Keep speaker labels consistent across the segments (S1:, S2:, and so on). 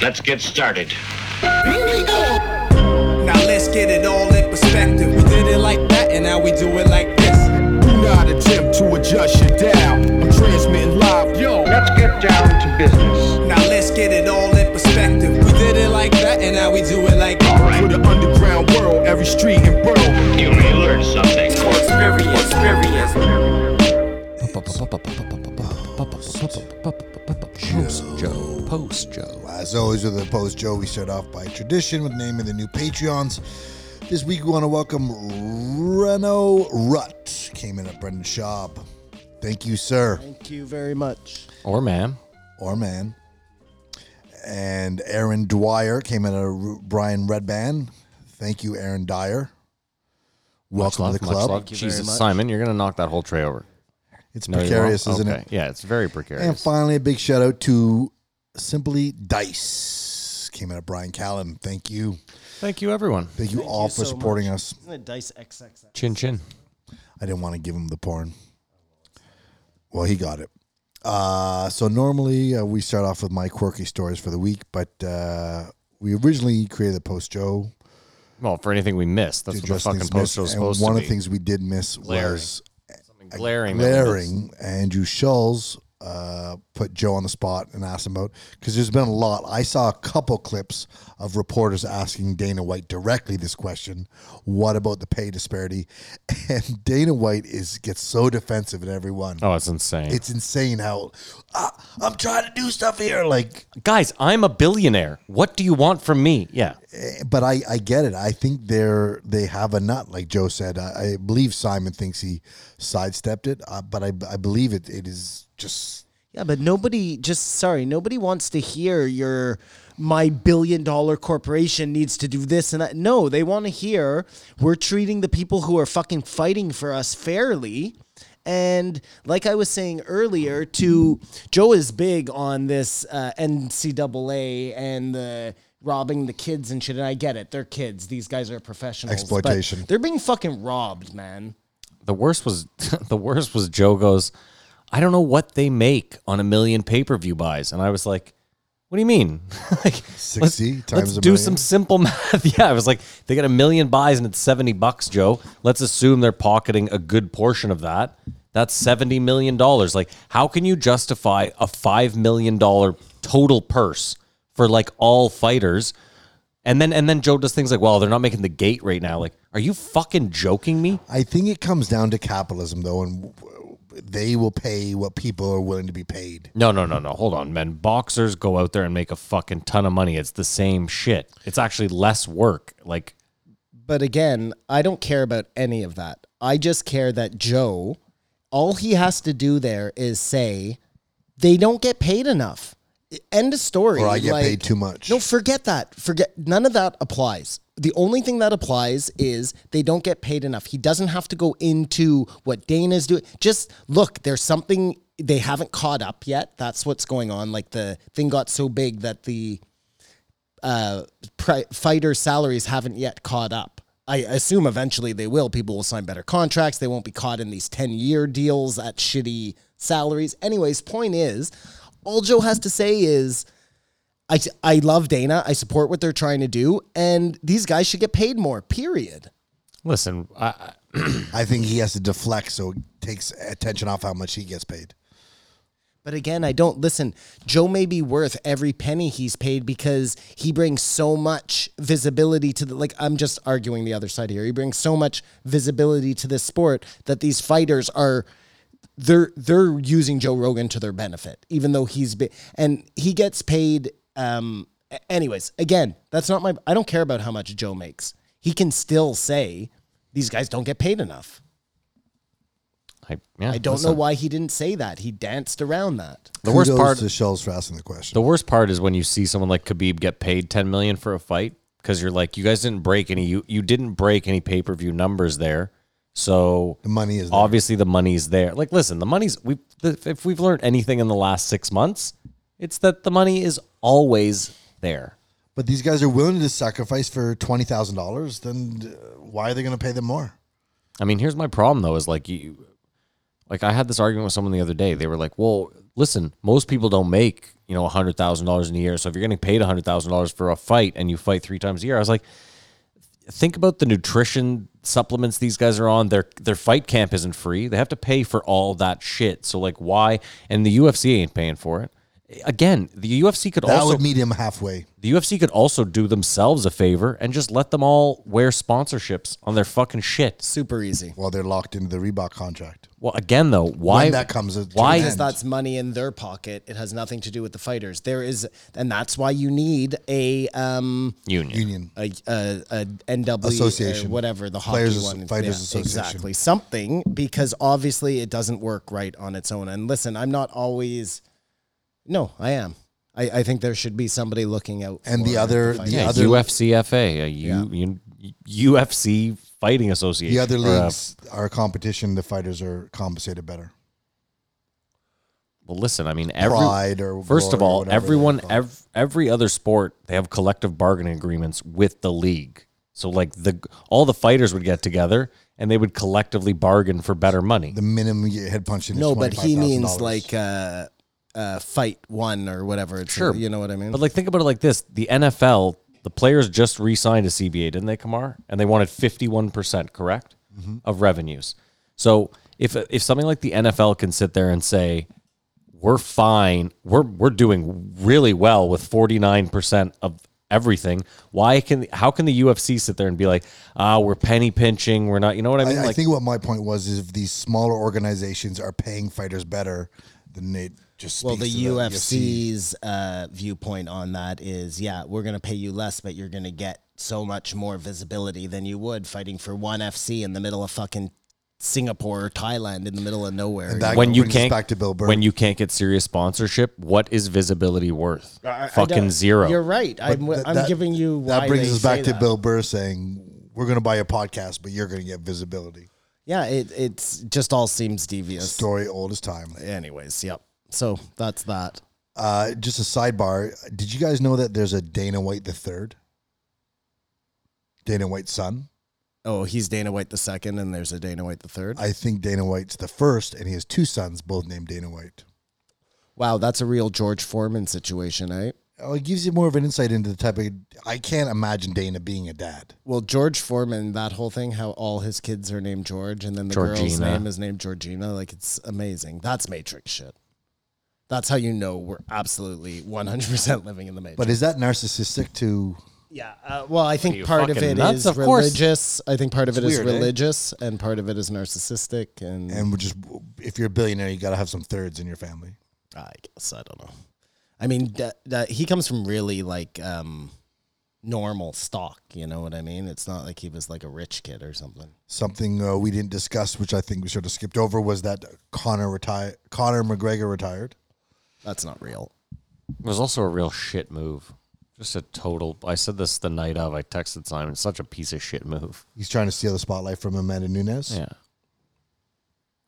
S1: Let's get started.
S2: Now let's get it all in perspective. We did it like that, and now we do it like this.
S3: Do not attempt to adjust your dial. I'm transmitting live. Yo,
S4: Let's get down to business.
S2: Now let's get it all in perspective. We did it like that, and now we do it like this.
S3: for the underground world, every street and borough.
S1: You may learn something.
S5: Post Joe. Post Joe.
S6: As always with the post, Joe, we start off by tradition with naming the new Patreons. This week we want to welcome Reno Rutt. Came in at Brendan Schaub. Thank you, sir.
S7: Thank you very much.
S5: Or ma'am.
S6: Or man. And Aaron Dwyer came in at a Brian Redband. Thank you, Aaron Dyer.
S5: Much
S6: Welcome
S5: love,
S6: to the
S5: much
S6: club.
S5: love.
S7: Thank you very
S5: Jesus,
S7: much.
S5: Simon, you're going to knock that whole tray over.
S6: It's
S5: No, you
S6: precarious,
S5: won't?
S6: isn't
S5: Okay.
S6: it?
S5: Yeah, it's very precarious.
S6: And finally, a big shout out to Simply Dice. Came in at Brian Callum. Thank you.
S5: Thank you, everyone.
S6: Thank you all for supporting us.
S7: Isn't it Dice XXX?
S5: Chin chin.
S6: I didn't want to give him the porn. Well, he got it. Uh, so normally uh, we start off with my quirky stories for the week, but uh, we originally created the post Joe
S5: Well, for anything we missed,
S6: to
S5: that's what the
S6: address
S5: fucking
S6: things
S5: post was
S6: missed, and
S5: supposed
S6: one
S5: to
S6: of
S5: be.
S6: the things we did miss
S5: Glaring.
S6: was
S5: Something glaring. that we missed.
S6: glaring. Andrew Schulz uh, put Joe on the spot and asked him about because there's been a lot. I saw a couple clips of reporters asking Dana White directly this question: What about the pay disparity? And Dana White is gets so defensive at everyone.
S5: Oh, it's insane.
S6: It's insane how "Ah, I'm trying to do stuff here. Like,
S5: Guys, I'm a billionaire. What do you want from me? Yeah.
S6: eh, but I, I get it. I think they're they have a nut. Like Joe said, I, I believe Simon thinks he sidestepped it, uh, but I, I believe it. It is just
S7: Yeah, but nobody just sorry, nobody wants to hear your my billion dollar corporation needs to do this and that. No, they want to hear we're treating the people who are fucking fighting for us fairly. And like I was saying earlier, to Joe is big on this uh, NCAA and the robbing the kids and shit. And I get it; they're kids. These guys are professionals. but
S6: Exploitation.
S7: They're being fucking robbed, man.
S5: The worst was the worst was Joe goes, I don't know what they make on a million pay per view buys, and I was like, What do you mean? like
S6: 60
S5: let's,
S6: times
S5: let's
S6: a
S5: do
S6: million?
S5: some simple math. yeah, I was like, they got a million buys and it's seventy bucks, Joe. Let's assume they're pocketing a good portion of that. That's seventy million dollars. Like, how can you justify a five million dollar total purse for like all fighters? And then and then Joe does things like, well, they're not making the gate right now. Like, are you fucking joking me?
S6: I think it comes down to capitalism, though, and w- they will pay what people are willing to be paid.
S5: No, no, no, no. Hold on, men. Boxers go out there and make a fucking ton of money. It's the same shit. It's actually less work. Like,
S7: But again, I don't care about any of that. I just care that Joe, all he has to do there is say they don't get paid enough. End of story.
S6: Or I get
S7: Like,
S6: paid too much.
S7: No, forget that. Forget none of that applies. The only thing that applies is they don't get paid enough. He doesn't have to go into what Dana's doing. Just look, there's something they haven't caught up yet. That's what's going on. Like the thing got so big that the uh, pri- fighter salaries haven't yet caught up. I assume eventually they will. People will sign better contracts. They won't be caught in these 10 year deals at shitty salaries. Anyways, point is, all Joe has to say is, I, I love Dana. I support what they're trying to do. And these guys should get paid more, period.
S5: listen, I, I-
S6: I think he has to deflect, so it takes attention off how much he gets paid.
S7: But again, I don't listen. Joe may be worth every penny he's paid because he brings so much visibility to the like I'm just arguing the other side here. He brings so much visibility to this sport that these fighters are they're they're using Joe Rogan to their benefit, even though he's been and he gets paid um a- anyways, again, that's not my I don't care about how much Joe makes. He can still say these guys don't get paid enough.
S5: I, yeah,
S7: I don't know why he didn't say that. He danced around that.
S5: The worst part.
S6: is Shells for asking the question.
S5: the worst part is when you see someone like Khabib get paid ten million for a fight because you're like, you guys didn't break any. You you didn't break any pay per view numbers there. So
S6: The money is there.
S5: obviously the money's there. Like, listen, the money's we if we've learned anything in the last six months, it's that the money is always there.
S6: But these guys are willing to sacrifice for twenty thousand dollars. Then uh, why are they going to pay them more?
S5: I mean, here's my problem though is like you like I had this argument with someone the other day. They were like, "Well, listen, most people don't make, you know, $100,000 in a year. So if you're getting paid $100,000 for a fight and you fight three times a year, I was like, think about the nutrition supplements these guys are on. Their their fight camp isn't free. They have to pay for all that shit. So like why? And the UFC ain't paying for it. Again, the UFC could
S6: That
S5: also
S6: would meet him halfway.
S5: the UFC could also do themselves a favor and just let them all wear sponsorships on their fucking shit.
S7: Super easy.
S6: while they're locked into the Reebok contract.
S5: Well, again though, why
S6: that comes to
S5: why
S6: an
S5: is
S6: end.
S5: that?
S7: That's money in their pocket. It has nothing to do with the fighters. There is, and that's why you need a um
S5: Union.
S6: Union.
S7: a, a, a NW
S6: Association.
S7: or whatever the hockey
S6: Players Asso-
S7: one.
S6: Fighters Association.
S7: exactly something because obviously it doesn't work right on its own. And listen, I'm not always. No, I am. I, I think there should be somebody looking out.
S6: And
S7: for
S6: the other-
S7: fighters.
S6: the
S5: Yeah,
S6: other-
S5: UFCFA, a U, U- UFC Fighting Association.
S6: The other
S5: or, uh,
S6: leagues are competition. The fighters are compensated better.
S5: Well, listen, I mean, every,
S6: Pride or
S5: first
S6: glory
S5: of
S6: or
S5: all,
S6: whatever
S5: everyone,
S6: they're called.
S5: every, every other sport, they have collective bargaining agreements with the league. So, like the all the fighters would get together and they would collectively bargain for better money.
S6: The minimum you get head punch in. is
S7: No, but he means
S6: $25,000.
S7: like uh, uh, fight one or whatever. It's
S5: Sure.
S7: you know what I mean.
S5: But like, think about it like this: the NFL, the players just re-signed a CBA, didn't they, Kamar? And they wanted fifty-one percent, correct,
S6: Mm-hmm.
S5: of revenues. So if if something like the NFL can sit there and say, "We're fine, we're we're doing really well with forty-nine percent of everything," why can how can the UFC sit there and be like, "Ah, we're penny pinching, we're not," you know what I mean?
S6: I, I
S5: like,
S6: think what my point was is if these smaller organizations are paying fighters better, then it just
S7: Well, the
S6: speaks to
S7: UFC's uh, viewpoint on that is, yeah, we're going to pay you less, but you're going to get so much more visibility than you would fighting for one FC in the middle of fucking Singapore or Thailand in the middle of nowhere.
S6: And that
S5: when you
S6: brings us
S5: can't
S6: back to Bill Burr.
S5: when you can't get serious sponsorship, what is visibility worth?
S7: I- I
S5: Fucking
S7: don't-
S5: zero.
S7: You're right. I'm,
S6: That-
S7: I'm
S6: that-
S7: giving you why
S6: that brings
S7: they
S6: us back
S7: say
S6: to
S7: that.
S6: Bill Burr saying we're going to buy a podcast, but you're going to get visibility.
S7: Yeah, it it's just all seems devious.
S6: Story old as time.
S7: Anyways, yep. So that's that.
S6: Uh, just a sidebar. Did you guys know that there's a Dana White the third? Dana White's son.
S7: Oh, he's Dana White the second, and there's a Dana White the third.
S6: I think Dana White's the first, and he has two sons, both named Dana White.
S7: Wow, that's a real George Foreman situation, eh?
S6: Oh, it gives you more of an insight into the type of. I can't imagine Dana being a dad.
S7: Well, George Foreman, that whole thing, how all his kids are named George, and then the girl's
S5: Georgina.
S7: name is named Georgina. Like, it's amazing. That's Matrix shit. That's how you know we're absolutely 100% living in the Matrix.
S6: But is that narcissistic to?
S7: yeah, uh, well, I think
S5: you
S7: part of
S5: fucking
S7: it
S5: nuts?
S7: is
S5: Of course.
S7: religious. I think part of it is
S5: weird, eh?
S7: religious, and part of it is narcissistic. And,
S6: And we're just if you're a billionaire, you got to have some thirds in your family.
S7: I guess I don't know. I mean, that, that, he comes from really like um, normal stock. You know what I mean? It's not like he was like a rich kid or something.
S6: Something uh, we didn't discuss, which I think we should have skipped over, was that Connor retired. Connor McGregor retired.
S7: That's not real.
S5: It was also a real shit move. Just a total. I said this the night of. I texted Simon. Such a piece of shit move.
S6: He's trying to steal the spotlight from Amanda Nunes.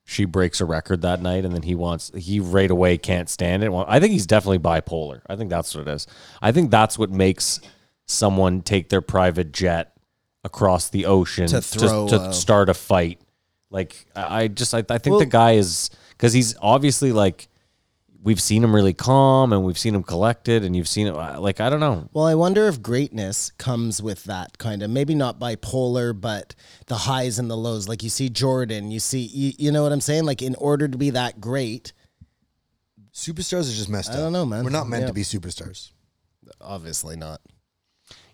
S5: She breaks a record that night, and then he wants. He right away can't stand it. Well, I think he's definitely bipolar. I think that's what it is. I think that's what makes someone take their private jet across the ocean
S7: To throw
S5: to,
S7: a-
S5: start a fight. Like I I just I, I think the guy is because he's obviously like we've seen him really calm and we've seen him collected and you've seen it like I don't know
S7: Well, I wonder if greatness comes with that kind of maybe not bipolar, but the highs and the lows. Like you see Jordan, you see, you, you know what I'm saying? Like in order to be that great,
S6: Superstars are just messed up.
S7: don't know, man.
S6: We're not meant
S7: Yeah.
S6: to be superstars.
S7: obviously not.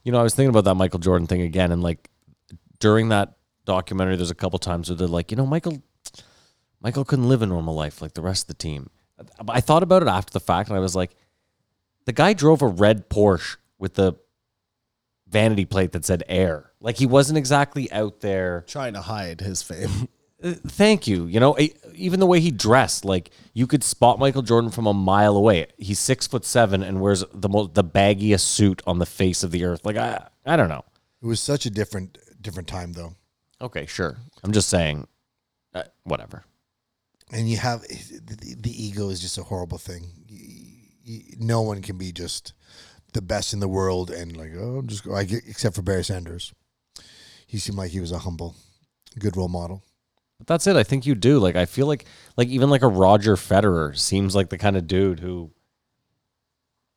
S5: You know, I was thinking about that Michael Jordan thing again, and like during that documentary, there's a couple times where they're like, you know, Michael, Michael couldn't live a normal life like the rest of the team. But I thought about it after the fact, and I was like, the guy drove a red Porsche with the vanity plate that said "air." Like he wasn't exactly out there
S7: Trying to hide his fame.
S5: thank you. You know, e- even the way he dressed, like you could spot Michael Jordan from a mile away. He's six foot seven and wears the most the baggiest suit on the face of the earth. Like I, I don't know.
S6: It was such a different different time though,
S5: Okay, sure. I'm just saying, uh, whatever.
S6: and you have the, the ego is just a horrible thing. You- you- no one can be just the best in the world and like oh I'm just like except for Barry Sanders. He seemed like he was a humble, good role model.
S5: But that's it. I think you do. Like I feel like like even like a Roger Federer seems like the kind of dude who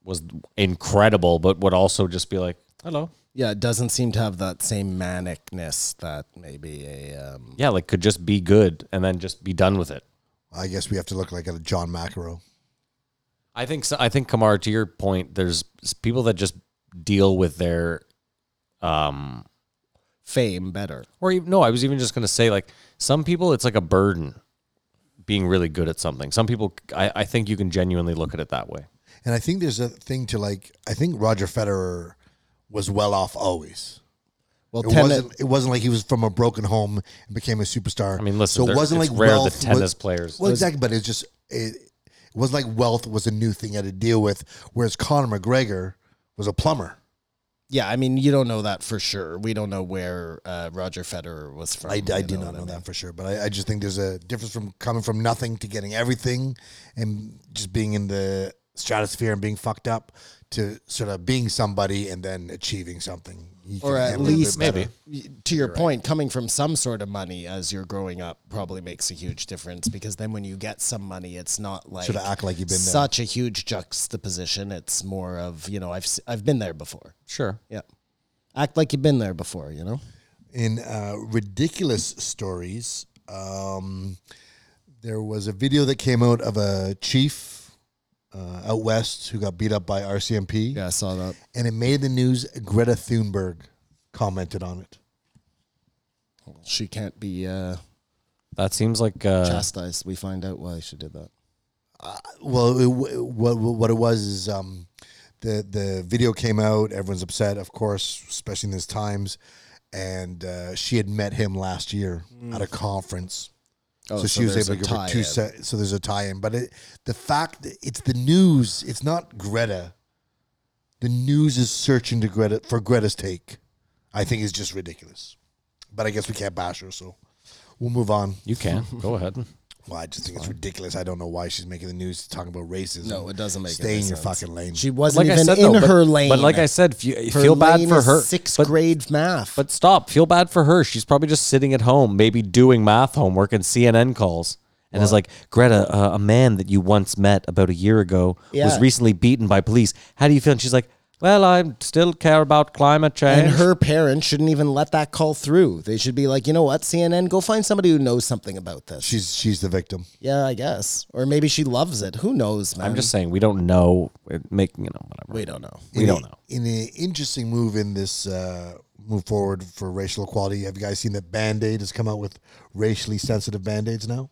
S5: was incredible, but would also just be like, hello.
S7: Yeah, it doesn't seem to have that same manicness that maybe a um,
S5: Yeah, like could just be good and then just be done with it.
S6: I guess we have to look like a John McEnroe.
S5: I think so. I think Kamar, to your point, there's s- people that just deal with their, um,
S7: fame better.
S5: or even, no, I was even just gonna say like some people it's like a burden, being really good at something. Some people, I, I think you can genuinely look at it that way.
S6: And I think there's a thing to like. I think Roger Federer was well off always.
S7: Well,
S6: It
S7: tennis,
S6: wasn't. It wasn't like he was from a broken home and became a superstar.
S5: I mean, listen, there- it's rare that tennis players-
S6: Well, exactly, but it's just it, it was like wealth was a new thing I had to deal with. Whereas Conor McGregor was a plumber.
S7: yeah, I mean, you don't know that for sure. We don't know where uh, Roger Federer was from.
S6: I, I
S7: you
S6: did
S7: know
S6: not
S7: what
S6: know
S7: I mean?
S6: that for sure, but I, I just think there's a difference from coming from nothing to getting everything, and just being in the stratosphere and being fucked up to sort of being somebody and then achieving something. You
S7: Or
S6: can
S7: at
S6: handle it a bit
S7: least-
S6: better.
S5: Maybe.
S7: Y- to your point, coming from some sort of money as you're growing up probably makes a huge difference because then when you get some money, it's not like
S6: Sorta act like you've been there.
S7: such a huge juxtaposition. It's more of you know I've s- I've been there before.
S5: Sure.
S7: Yeah, act like you've been there before. You know,
S6: in uh, ridiculous stories. Um, there was a video that came out of a chief uh, out west who got beat up by RCMP,
S7: yeah, I saw that.
S6: and it made the news. Greta Thunberg commented on it.
S7: She can't be uh,
S5: That seems like uh,
S7: chastised. We find out why she did that.
S6: Well, it, what what it was is um, the the video came out. Everyone's upset, of course, especially in these times. And uh, she had met him last year at a conference.
S7: Oh,
S6: so, she was
S7: there's
S6: able to
S7: a
S6: give her two
S7: tie-in.
S6: sets. So there's a tie-in, but it, the fact that it's the news, it's not Greta. The news is searching to Greta for Greta's take. I think is just ridiculous, but I guess we can't bash her, so we'll move on.
S5: you can go ahead.
S6: Well, I just think it's ridiculous. I don't know why she's making the news talking about racism.
S7: No, it doesn't make
S6: Stay
S7: any
S6: in your
S7: sense.
S6: fucking lane.
S7: She wasn't even
S5: though,
S7: in
S5: but-
S7: her lane.
S5: But like I said, f- you
S7: Her
S5: feel bad
S7: lane
S5: for
S7: is
S5: her.
S7: Sixth
S5: but-
S7: grade math.
S5: But stop. Feel bad for her. She's probably just sitting at home, maybe doing math homework, and CNN calls. And is like, Greta, uh, a man that you once met about a year ago was
S7: Yeah.
S5: recently beaten by police. How do you feel? And she's like, Well, I still care about climate change.
S7: And her parents shouldn't even let that call through. They should be like, you know what, CNN, go find somebody who knows something about this.
S6: she's she's the victim.
S7: yeah, I guess. Or maybe she loves it. Who knows, man?
S5: I'm just saying, we don't know. We're making, you know, whatever.
S7: we don't know.
S5: We don't know.
S6: In an interesting move in this uh, move forward for racial equality, have you guys seen that Band Aid has come out with racially sensitive Band Aids now?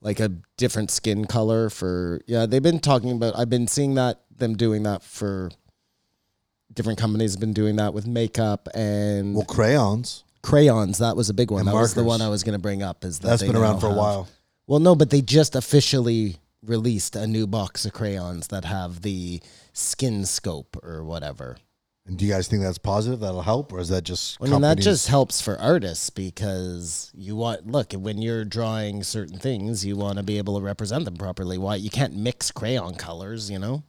S7: Like a different skin color for yeah. They've been talking about. I've been seeing that them doing that for different companies have been doing that with makeup and
S6: Well, crayons.
S7: crayons. That was a big one.
S6: And
S7: That was the
S6: markers.
S7: one I was going to bring up. Is that
S6: That's
S7: they
S6: been around
S7: now
S6: for a
S7: have-
S6: while.
S7: Well, no, but they just officially released a new box of crayons that have the skin scope or whatever.
S6: And do you guys think that's positive? That'll help, or is that just?
S7: I mean, that
S6: companies-
S7: just helps for artists because you want look when you're drawing certain things, you want to be able to represent them properly. Why you can't mix crayon colors, you know?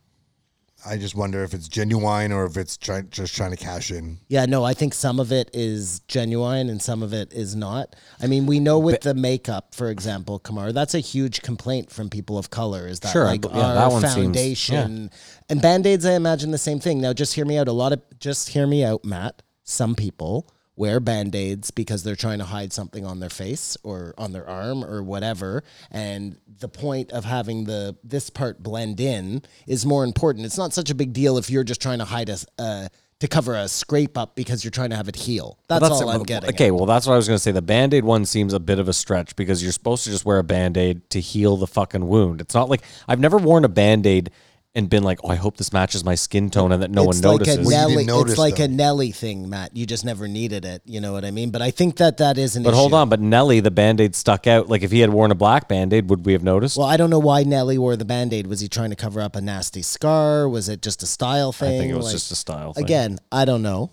S6: I just wonder if it's genuine or if it's try, just trying to cash in.
S7: Yeah, no, I think some of it is genuine and some of it is not. I mean, we know with the makeup, for example, Kamar, that's a huge complaint from people of color is that
S5: Sure,
S7: like
S5: but yeah, that
S7: our
S5: one seems-
S7: foundation and band-aids, I imagine the same thing. Now just hear me out. A lot of just hear me out, Matt. Some people wear band-aids because they're trying to hide something on their face or on their arm or whatever and the point of having the this part blend in is more important it's not such a big deal if you're just trying to hide a, s- a to cover a scrape up because you're trying to have it heal. That's, all
S5: it.
S7: I'm getting.
S5: Okay,
S7: at.
S5: well, that's what I was going to say. The band aid one seems a bit of a stretch because you're supposed to just wear a band aid to heal the fucking wound. It's not like I've never worn a band aid and been like, oh, I hope this matches my skin tone and that no
S7: it's
S5: one
S7: like a
S5: notices.
S6: Well, you
S7: Nelly.
S6: didn't notice,
S7: it's like
S6: though.
S7: a Nelly thing, Matt. You just never needed it. You know what I mean? But I think that that is an
S5: but
S7: issue.
S5: hold on, but Nelly, the band aid stuck out. Like if he had worn a black band aid, would we have noticed?
S7: Well, I don't know why Nelly wore the band aid. Was he trying to cover up a nasty scar? Was it just a style thing?
S5: I think it was
S7: Like,
S5: just a style thing.
S7: Again, I don't know.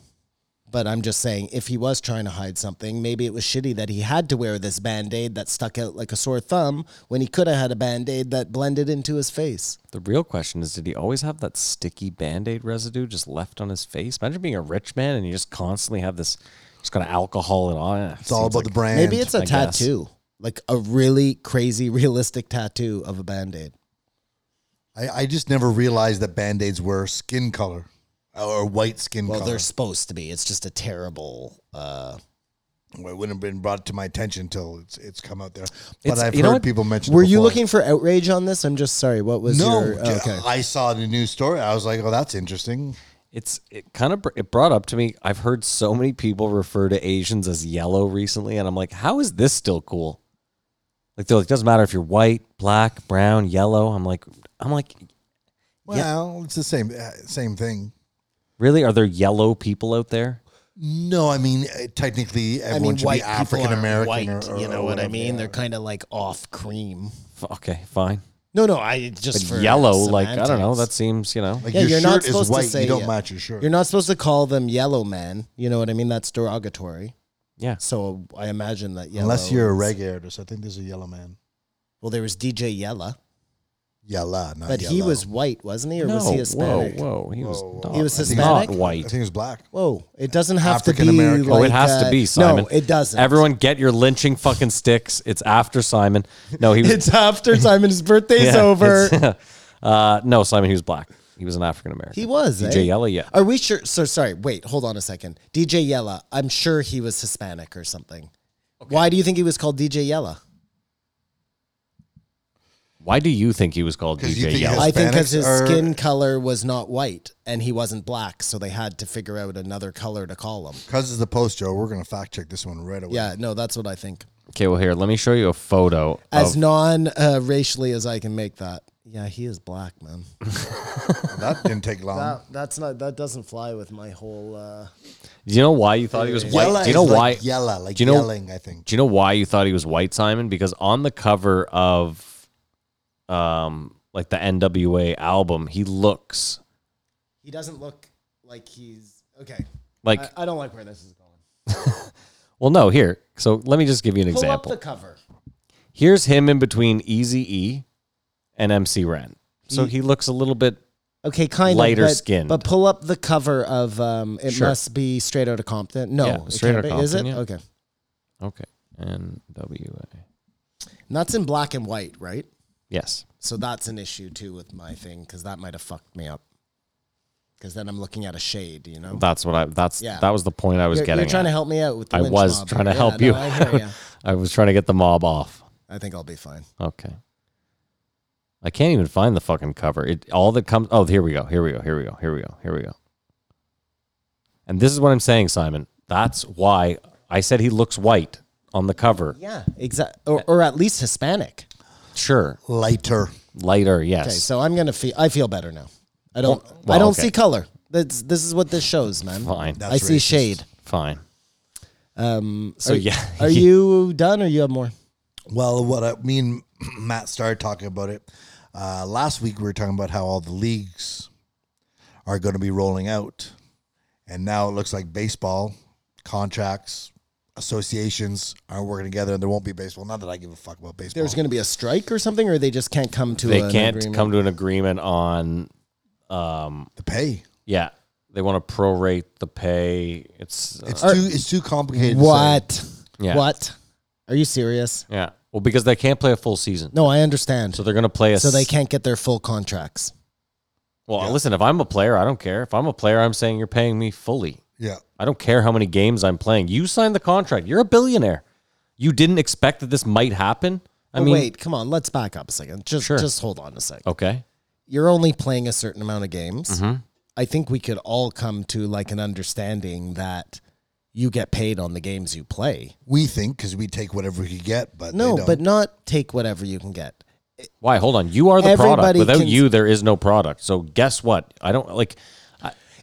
S7: But I'm just saying, if he was trying to hide something, maybe it was shitty that he had to wear this band aid that stuck out like a sore thumb when he could have had a band aid that blended into his face.
S5: The real question is, did he always have that sticky band aid residue just left on his face? Imagine being a rich man and you just constantly have this. It's got alcohol and all. eh,
S6: It's all
S5: seems
S6: about
S5: like-
S6: the brand.
S7: Maybe it's a
S5: I guess.
S7: tattoo, like a really crazy, realistic tattoo of a band aid.
S6: I, I just never realized that band aids were skin color or white skin
S7: Well,
S6: color.
S7: they're supposed to be. It's just a terrible. Uh,
S6: Well, it wouldn't have been brought to my attention until it's it's come out there. But
S5: It's-
S6: I've
S5: you know
S6: heard
S5: what?
S6: people mention. it
S7: were you
S6: before.
S7: looking for outrage on this? I'm just sorry. What was
S6: No,
S7: your?
S6: ju-
S7: oh, okay.
S6: I saw the news story. I was like, "Oh, that's interesting."
S5: It's it kind of it brought up to me. I've heard so many people refer to Asians as yellow recently, and I'm like, how is this still cool? Like they're like, doesn't matter if you're white, black, brown, yellow. I'm like, I'm like,
S6: Well, it's the same uh, same thing.
S5: really? Are there yellow people out there?
S6: No, I mean uh, technically
S7: I
S6: everyone
S7: mean,
S6: should
S7: white
S6: be
S7: people
S6: African
S7: are
S6: American.
S7: white.
S6: or, or-
S7: you know
S6: or
S7: what I
S6: whatever.
S7: mean? They're kind of like off cream.
S5: F- Okay, fine.
S7: No, no. I just for
S5: But yellow, like I don't know.
S7: semantics.
S5: That seems, you know,
S6: Like
S7: Yeah,
S6: your
S7: you're
S6: shirt
S7: not
S6: is
S7: supposed to
S6: white.
S7: say
S6: you don't
S7: it.
S6: match your shirt.
S7: You're not supposed to call them yellow man. You know what I mean? That's derogatory.
S5: yeah.
S7: So I imagine that yellow.
S6: unless you're a
S7: is-
S6: reggae artist. I think there's a yellow man.
S7: Well, there was DJ Yella,
S6: Yella, not
S7: but he
S6: yellow.
S7: was white, wasn't he, or was he Hispanic?
S5: Uh, Whoa, whoa, he was
S6: Whoa, whoa.
S5: not,
S7: He was
S5: I think
S7: Hispanic?
S5: not
S6: I
S5: white.
S6: think he was black.
S7: Whoa! It doesn't have to be.
S6: African-American.
S7: Like,
S6: Oh,
S5: it has to
S7: uh,
S5: be, Simon.
S7: No, it doesn't.
S5: Everyone, get your lynching fucking sticks. It's after Simon. No, he was.
S7: It's after Simon's birthday's
S5: yeah,
S7: over.
S5: it's- uh, no, Simon. He was black. He was an African American.
S7: He was
S5: DJ
S7: eh?
S5: Yella. Yeah.
S7: Are we sure? So sorry. Wait, hold on a second. DJ Yella. I'm sure he was Hispanic or something. Why do you think he was called DJ Yella?
S5: Why do you think he was called
S6: 'Cause you
S5: DJ
S6: think
S5: Yella?
S6: he'll-
S7: I think because
S6: Hispanics
S7: his
S6: are-
S7: skin color was not white and he wasn't black, so they had to figure out another color to call him.
S6: Because it's the post, Joe. We're gonna fact check this one right away.
S7: Yeah, no, that's what I think.
S5: Okay, well here, let me show you a photo.
S7: As
S5: of,
S7: non uh, racially as I can make that. Yeah, he is black, man.
S6: that didn't take long.
S7: That, Oh, that's not. That doesn't fly with my whole. Uh,
S5: do you know why you thought he was white?
S6: Yella
S5: do you know
S6: is
S5: why?
S6: Like yella, like
S5: do you know-
S6: yelling. I think.
S5: Do you know why you thought he was white, Simon? Because on the cover of, um, like the NWA album, he looks
S7: he doesn't look like he's okay.
S5: like.
S7: I, I don't like where this is going.
S5: well, no, here. So let me just give you an
S7: Pull
S5: example.
S7: up the cover.
S5: Here's him in between Easy E and MC Ren. So he looks a little bit.
S7: Okay, kind
S5: Lighter
S7: of but,
S5: skinned.
S7: But pull up the cover of um, it
S5: Sure.
S7: must be straight out of Compton. No,
S5: Yeah,
S7: it
S5: Straight
S7: can't
S5: Outta
S7: be, Is it
S5: Compton, yeah.
S7: okay?
S5: Okay. NWA.
S7: And that's in black and white, right?
S5: Yes.
S7: So that's an issue too with my thing because that might have fucked me up. Because then I'm looking at a shade, you know.
S5: That's what I. That's
S7: Oh. Yeah.
S5: that was the point I was
S7: you're,
S5: getting.
S7: you're trying
S5: at.
S7: to help me out with. The
S5: I
S7: lynch
S5: was
S7: mob.
S5: trying to
S7: Yeah,
S5: help
S7: no,
S5: you.
S7: I, hear ya.
S5: I was trying to get the mob off.
S7: I think I'll be fine.
S5: Okay. I can't even find the fucking cover. It all that comes. Oh, here we go. Here we go. Here we go. Here we go. Here we go. And this is what I'm saying, Simon. That's why I said he looks white on the cover.
S7: Yeah, exactly, or, or at least Hispanic.
S5: Sure,
S6: Lighter.
S5: lighter.
S7: Okay,
S5: Yes.
S7: so I'm gonna feel. I feel better now. I don't.
S5: Well- well,
S7: I don't
S5: okay.
S7: see color. That's this is what this shows, man.
S5: Fine.
S7: I
S6: That's
S7: see
S6: racist.
S7: shade.
S5: Fine.
S7: Um.
S5: So
S7: are-
S5: Oh, yeah.
S7: Are you done, or you have more?
S6: Well, what I, me and Matt started talking about it uh, last week. We were talking about how all the leagues are going to be rolling out, and now it looks like baseball contracts, associations aren't working together, and there won't be baseball. Not that I give a fuck about baseball.
S7: There's gonna be a strike or something, or they just can't come to.
S5: They
S7: an
S5: can't
S7: agreement?
S5: come to an agreement on.
S6: the pay.
S5: Yeah, they want to prorate the pay. It's, uh,
S6: It's too. It's too complicated. to say.
S7: What?
S5: Yeah.
S7: What? Are you serious?
S5: yeah. Well, because they can't play a full season,
S7: No, I understand.
S5: so
S7: So,
S5: they're gonna play a.
S7: they
S5: s-
S7: can't get their full contracts.
S5: Well, listen. If I'm a player, I don't care. If I'm a player, I'm saying you're paying me fully.
S6: Yeah.
S5: I don't care how many games I'm playing. You signed the contract. You're a billionaire. You didn't expect that this might happen. I
S7: But
S5: mean,
S7: wait, come on. Let's back up a second. Just,
S5: Sure. Oh.
S7: just hold on a second.
S5: okay,
S7: You're only playing a certain amount of games.
S5: Mm-hmm.
S7: I think we could all come to like an understanding that you get paid on the games you play.
S6: We think because we take whatever we could get, but
S7: No,
S6: they don't.
S7: but not take whatever you can get.
S5: why? Hold on. You are the product.
S7: Everybody
S5: Without
S7: can-
S5: you, there is no product. So guess what? I don't like.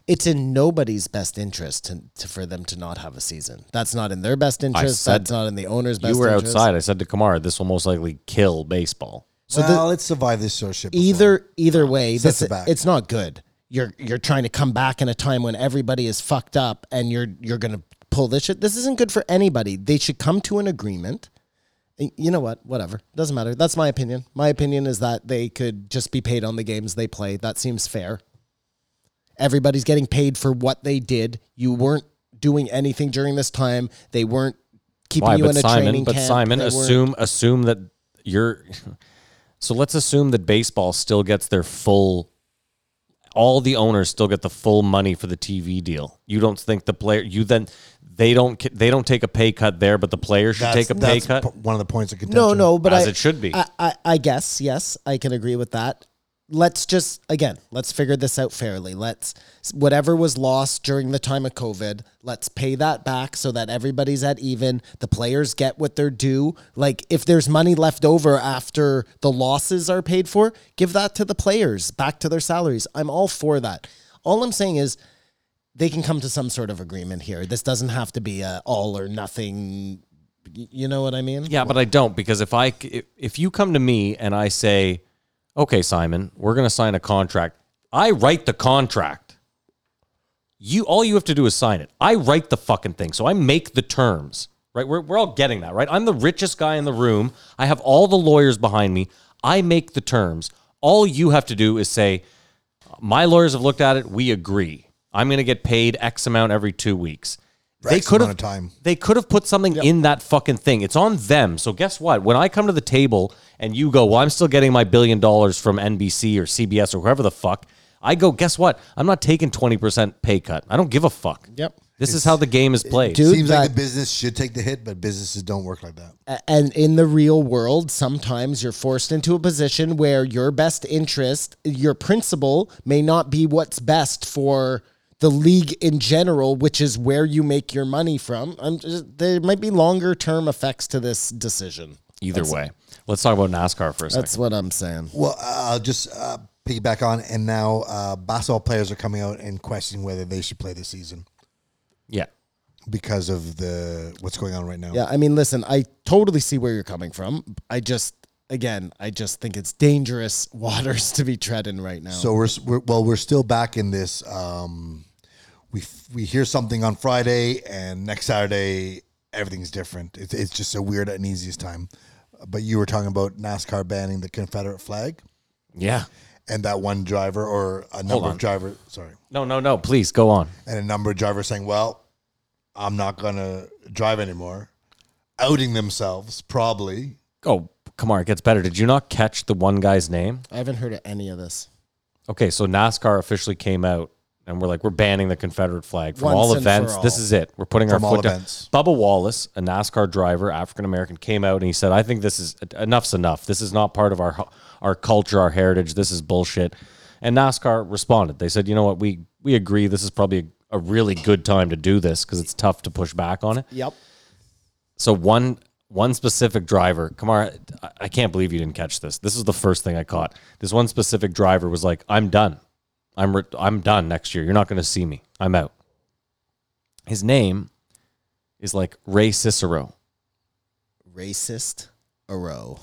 S7: It's in nobody's best interest to, to, for them to not have a season. That's not in their best interest.
S5: said-
S7: That's not in the owner's best
S5: You were
S7: interest.
S5: outside. I said to Kamara, this will most likely kill baseball.
S7: So the-
S6: well, let's survive this sort of shit. before.
S7: either either way this,
S6: the back.
S7: it's not good you're you're trying to come back in a time when everybody is fucked up and you're you're gonna pull this shit this isn't good for anybody they should come to an agreement And you know what whatever doesn't matter that's my opinion my opinion is that they could just be paid on the games they play that seems fair everybody's getting paid for what they did you weren't doing anything during this time. They weren't keeping
S5: Why?
S7: you
S5: But
S7: in a
S5: Simon,
S7: training
S5: but
S7: camp.
S5: Simon,
S7: They weren't-
S5: assume assume that you're. So let's assume that baseball still gets their full. All the owners still get the full money for the TV deal. You don't think the player? You then they don't they don't take a pay cut there, but the player should take a pay
S6: that's
S5: cut.
S6: p- One of the points of contention.
S7: No, no, but
S5: As
S7: I,
S5: it should be.
S7: I, I, I guess yes, I can agree with that. Let's just again, let's figure this out fairly. Let's whatever was lost during the time of COVID, let's pay that back so that everybody's at even. The players get what they're due. Like if there's money left over after the losses are paid for, give that to the players back to their salaries. I'm all for that. All I'm saying is they can come to some sort of agreement here. This doesn't have to be a all or nothing. y- You know what I mean?
S5: Yeah, but I don't because if I c- if you come to me and I say, "Okay, Simon, we're going to sign a contract." I write the contract. You all you have to do is sign it. I write the fucking thing. So I make the terms. Right? We're we're all getting that, right? I'm the richest guy in the room. I have all the lawyers behind me. I make the terms. All you have to do is say, "My lawyers have looked at it. We agree. I'm going to get paid X amount every 2 weeks." They
S6: X
S5: could have
S6: amount of time.
S5: they could have put something in that fucking thing. It's on them. So guess what? When I come to the table and you go, "Well, I'm still getting my billion dollars from NBC or CBS or whoever the fuck," I go, "Guess what? I'm not taking twenty percent pay cut. I don't give a fuck."
S7: Yep.
S5: This is how the game is played.
S7: dude,
S6: Seems
S7: that-
S6: like the business should take the hit, but businesses don't work like that.
S7: and in the real world, sometimes you're forced into a position where your best interest, your principle, may not be what's best for the league in general, which is where you make your money from. I'm just, there might be longer term effects to this decision.
S5: Either way, let's talk about NASCAR for a second.
S7: That's what I'm saying.
S6: Well, uh, I'll just uh, piggyback on, and now uh, basketball players are coming out and questioning whether they should play this season
S5: Yeah,
S6: because of the what's going on right now.
S7: Yeah, I mean, listen, I totally see where you're coming from. I just, again, I just think it's dangerous waters to be treading right now.
S6: So we're, s- we're well, we're still back in this. Um, we f- we hear something on Friday, and next Saturday everything's different. It's it's just a weird, uneasiest time. But you were talking about NASCAR banning the Confederate flag,
S5: yeah.
S6: and that one driver or a number
S5: on.
S6: of drivers, sorry,
S5: No, no, no. Please go on.
S6: and a number of drivers saying, "Well, I'm not gonna drive anymore," outing themselves probably.
S5: Oh, come on. It gets better. Did you not catch the one guy's name?
S7: I haven't heard of any of this.
S5: Okay, so NASCAR officially came out and we're like, we're banning the Confederate flag from
S7: Once
S5: all
S7: and for
S5: events. This
S7: all.
S5: is it. We're putting
S6: From
S5: our
S6: all
S5: foot down.
S6: events.
S5: Bubba Wallace, a NASCAR driver, African American, came out and he said, I think this is enough's enough. This is not part of our our culture, our heritage. This is bullshit. And NASCAR responded. They said, you know what, we we agree. This is probably a, a really good time to do this because it's tough to push back on it.
S7: Yep.
S5: So one one specific driver, Kamara, I- I can't believe you didn't catch this. This is the first thing I caught. This one specific driver was like, "I'm done. I'm re- I'm done next year. You're not going to see me. I'm out." His name is like Ray Cicero.
S7: racist a row.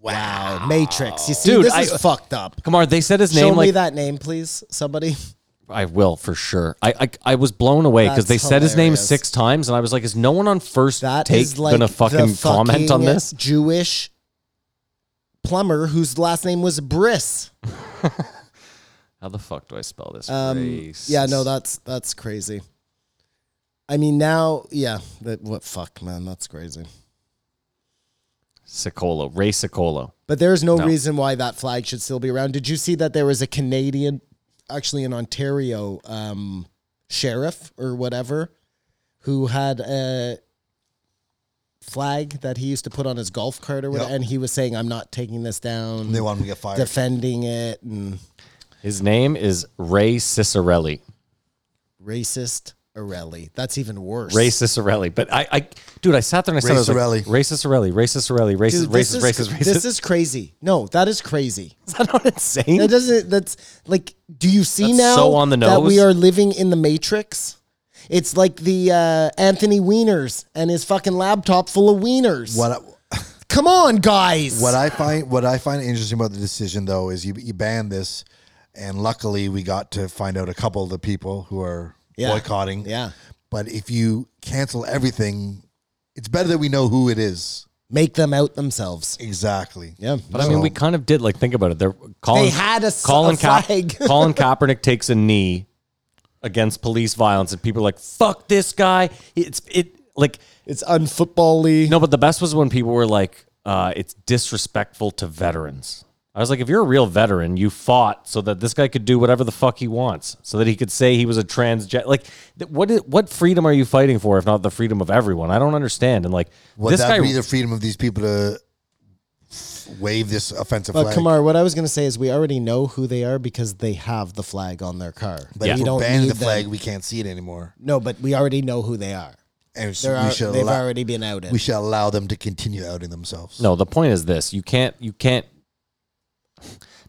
S7: Wow. Matrix. You see,
S5: Dude,
S7: this
S5: I-
S7: is fucked up.
S5: Kamara, they said his
S7: Show
S5: name
S7: me
S5: like
S7: that name, please, somebody.
S5: I will for sure. I I, I was blown away because they
S7: That's
S5: said his name
S7: hilarious.
S5: six times, and I was like, "Is no one on first
S7: That
S5: take
S7: is like
S5: gonna
S7: the
S5: fucking comment on
S7: fucking
S5: this?"
S7: Jewish plumber whose last name was Briss.
S5: How the fuck do I spell this?
S7: Um, yeah, no, that's that's crazy. I mean, now, yeah, that, what fuck, man, that's crazy.
S5: Sicolo, Ray Sicolo.
S7: But there's no,
S5: No.
S7: reason why that flag should still be around. Did you see that there was a Canadian, actually an Ontario um, sheriff or whatever, who had a flag that he used to put on his golf cart or whatever,
S6: Yep.
S7: and he was saying, "I'm not taking this down."
S6: They want them to get fired.
S7: defending it and
S5: His name is Ray Cicerelli.
S7: racist. Arelli. That's even worse.
S5: Ray Cicerelli. But I, I dude, I sat there and I said,
S6: Ray
S5: I was like,
S6: Cicerelli.
S5: Ray Cicerelli, Ray Cicerelli, racist,
S7: Dude, this
S5: racist,
S7: is,
S5: racist, racist.
S7: This is crazy. No, that is crazy.
S5: is that not insane?
S7: That doesn't. That's like. Do you see
S5: That's
S7: now?
S5: so on the
S7: That we
S5: nose.
S7: are living in the Matrix. It's like the uh, Anthony Wieners and his fucking laptop full of wieners.
S6: What I-
S7: Come on, guys.
S6: What I find what I find interesting about the decision though is you you ban this, and luckily we got to find out a couple of the people who are
S7: Yeah.
S6: boycotting.
S7: Yeah.
S6: But if you cancel everything, it's better that we know who it is
S7: Make them out themselves.
S6: exactly.
S7: Yeah.
S5: But I mean, we kind of did. Like, think about it. They're Colin,
S7: They had a s-
S5: Colin
S7: a
S5: Ka-
S7: flag.
S5: Colin Kaepernick takes a knee against police violence, and people are like, "Fuck this guy." It's it like
S7: It's unfootball-y.
S5: no, but the best was when people were like, uh, "It's disrespectful to veterans." I was like, "If you're a real veteran, you fought so that this guy could do whatever the fuck he wants, so that he could say he was a transgender." Like, th- what i- what freedom are you fighting for if not the freedom of everyone? I don't understand. And like,
S6: Would
S5: this
S6: that
S5: guy
S6: be the freedom of these people to f- wave this offensive
S7: But
S6: flag?
S7: Kamar, what I was going to say is we already know who they are because they have the flag on their car.
S6: But
S5: Yeah.
S6: if
S7: We
S6: we
S7: don't
S6: ban
S7: need
S6: the flag,
S7: Them.
S6: we can't see it anymore,
S7: No, but we already know who they are.
S6: and so
S7: They're
S6: we
S7: al-
S6: should
S7: they've
S6: allow,
S7: already been outed.
S6: we should allow them to continue outing themselves.
S5: No, the point is this: you can't, you can't.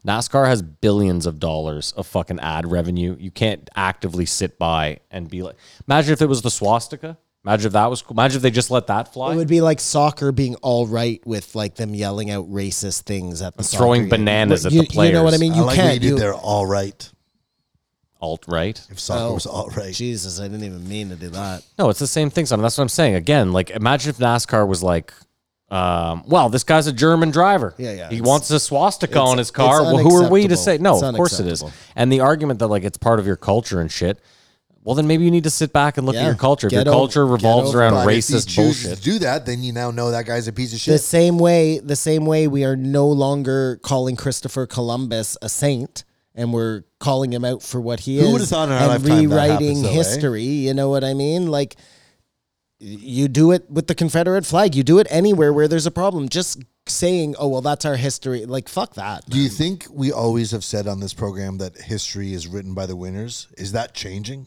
S5: NASCAR has billions of dollars of fucking ad revenue. You can't actively sit by and be like, imagine if it was the swastika. Imagine if that was cool. Imagine if they just let that fly.
S7: it would be like soccer being all right with like them yelling out racist things at the soccer
S5: throwing
S7: game.
S5: bananas
S7: But
S5: at
S7: you,
S5: the players.
S7: You know what I mean? You
S6: I like what you
S7: can't.
S6: did
S7: you-
S6: there. All right,
S5: Alt right.
S6: if soccer
S7: Oh.
S6: was all right,
S7: Jesus, I didn't even mean to do that.
S5: No, it's the same thing. Son. That's what I'm saying. Again, like imagine if NASCAR was like, um, well, this guy's a German driver.
S7: Yeah, yeah.
S5: He
S7: It's-
S5: wants a swastika on his
S7: it's
S5: car. Well, who are we to
S7: unacceptable.
S5: say? No,
S7: It's
S5: of course it is.
S7: unacceptable.
S5: And the argument that like it's part of your culture and shit. Well, then maybe you need to sit back and look at
S7: Yeah.
S5: your culture. If
S7: Get
S5: your
S7: over-
S5: culture
S7: get
S5: revolves
S7: over
S5: around
S6: But if he
S5: racist
S6: chooses
S5: bullshit.
S6: To do that, then you now know that guy's a piece of
S7: The
S6: shit.
S7: same way, the same way we are no longer calling Christopher Columbus a saint, and we're calling him out for what he
S6: Who
S7: is,
S6: would've thought in our
S7: and
S6: lifetime that happens,
S7: rewriting
S6: though, eh?
S7: history. You know what I mean? Like, y- you do it with the Confederate flag. You do it anywhere where there's a problem. Just saying, "Oh well, that's our history." Like, fuck that.
S6: Do you think we always have said on this program that history is written by the winners? Is that changing?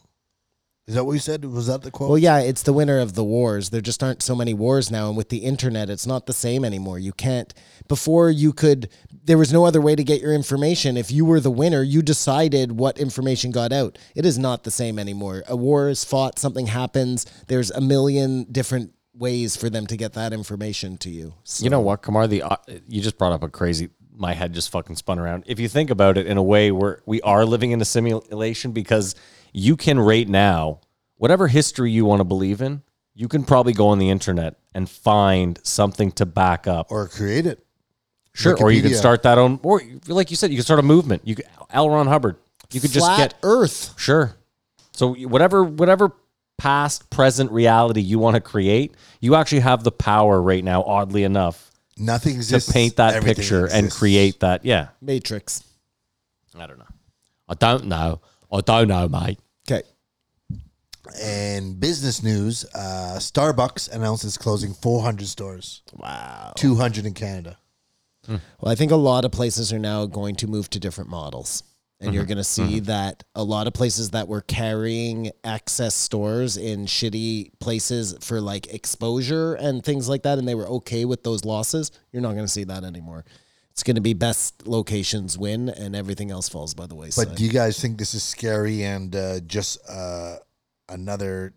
S6: Is that what you said? Was that the quote?
S7: Well, yeah, it's the winner of the wars. There just aren't so many wars now, and with the internet, it's not the same anymore. You can't. Before you could, there was no other way to get your information. If you were the winner, you decided what information got out. It is not the same anymore. A war is fought. Something happens. There's a million different ways for them to get that information to you. So,
S5: You know what, Kamar? The uh, you just brought up a crazy. My head just fucking spun around. If you think about it, in a way, we're we are living in a simulation because you can right now, whatever history you want to believe in, you can probably go on the internet and find something to back up.
S6: or create it?
S5: sure, or you can
S6: Wikipedia.
S5: start that own, or like you said, you can start a movement. You could, L. Ron Hubbard. You could
S7: Flat
S5: just get
S7: Earth.
S5: Sure. So whatever whatever past present reality you want to create, you actually have the power right now. Oddly enough,
S6: Nothing
S5: to
S6: exists.
S5: paint that
S6: Everything
S5: picture and
S6: exists.
S5: create that. Yeah.
S7: Matrix.
S5: I don't know. I don't know. I don't know, mate.
S7: Okay.
S6: And business news: uh, Starbucks announces closing 400 stores. Wow. 200 in Canada.
S7: Well, I think a lot of places are now going to move to different models. And you're going to see that a lot of places that were carrying access stores in shitty places for like exposure and things like that, and they were okay with those losses, you're not going to see that anymore. It's going to be best locations win, and everything else falls by the wayside.
S6: But do you guys think this is scary and uh, just uh, another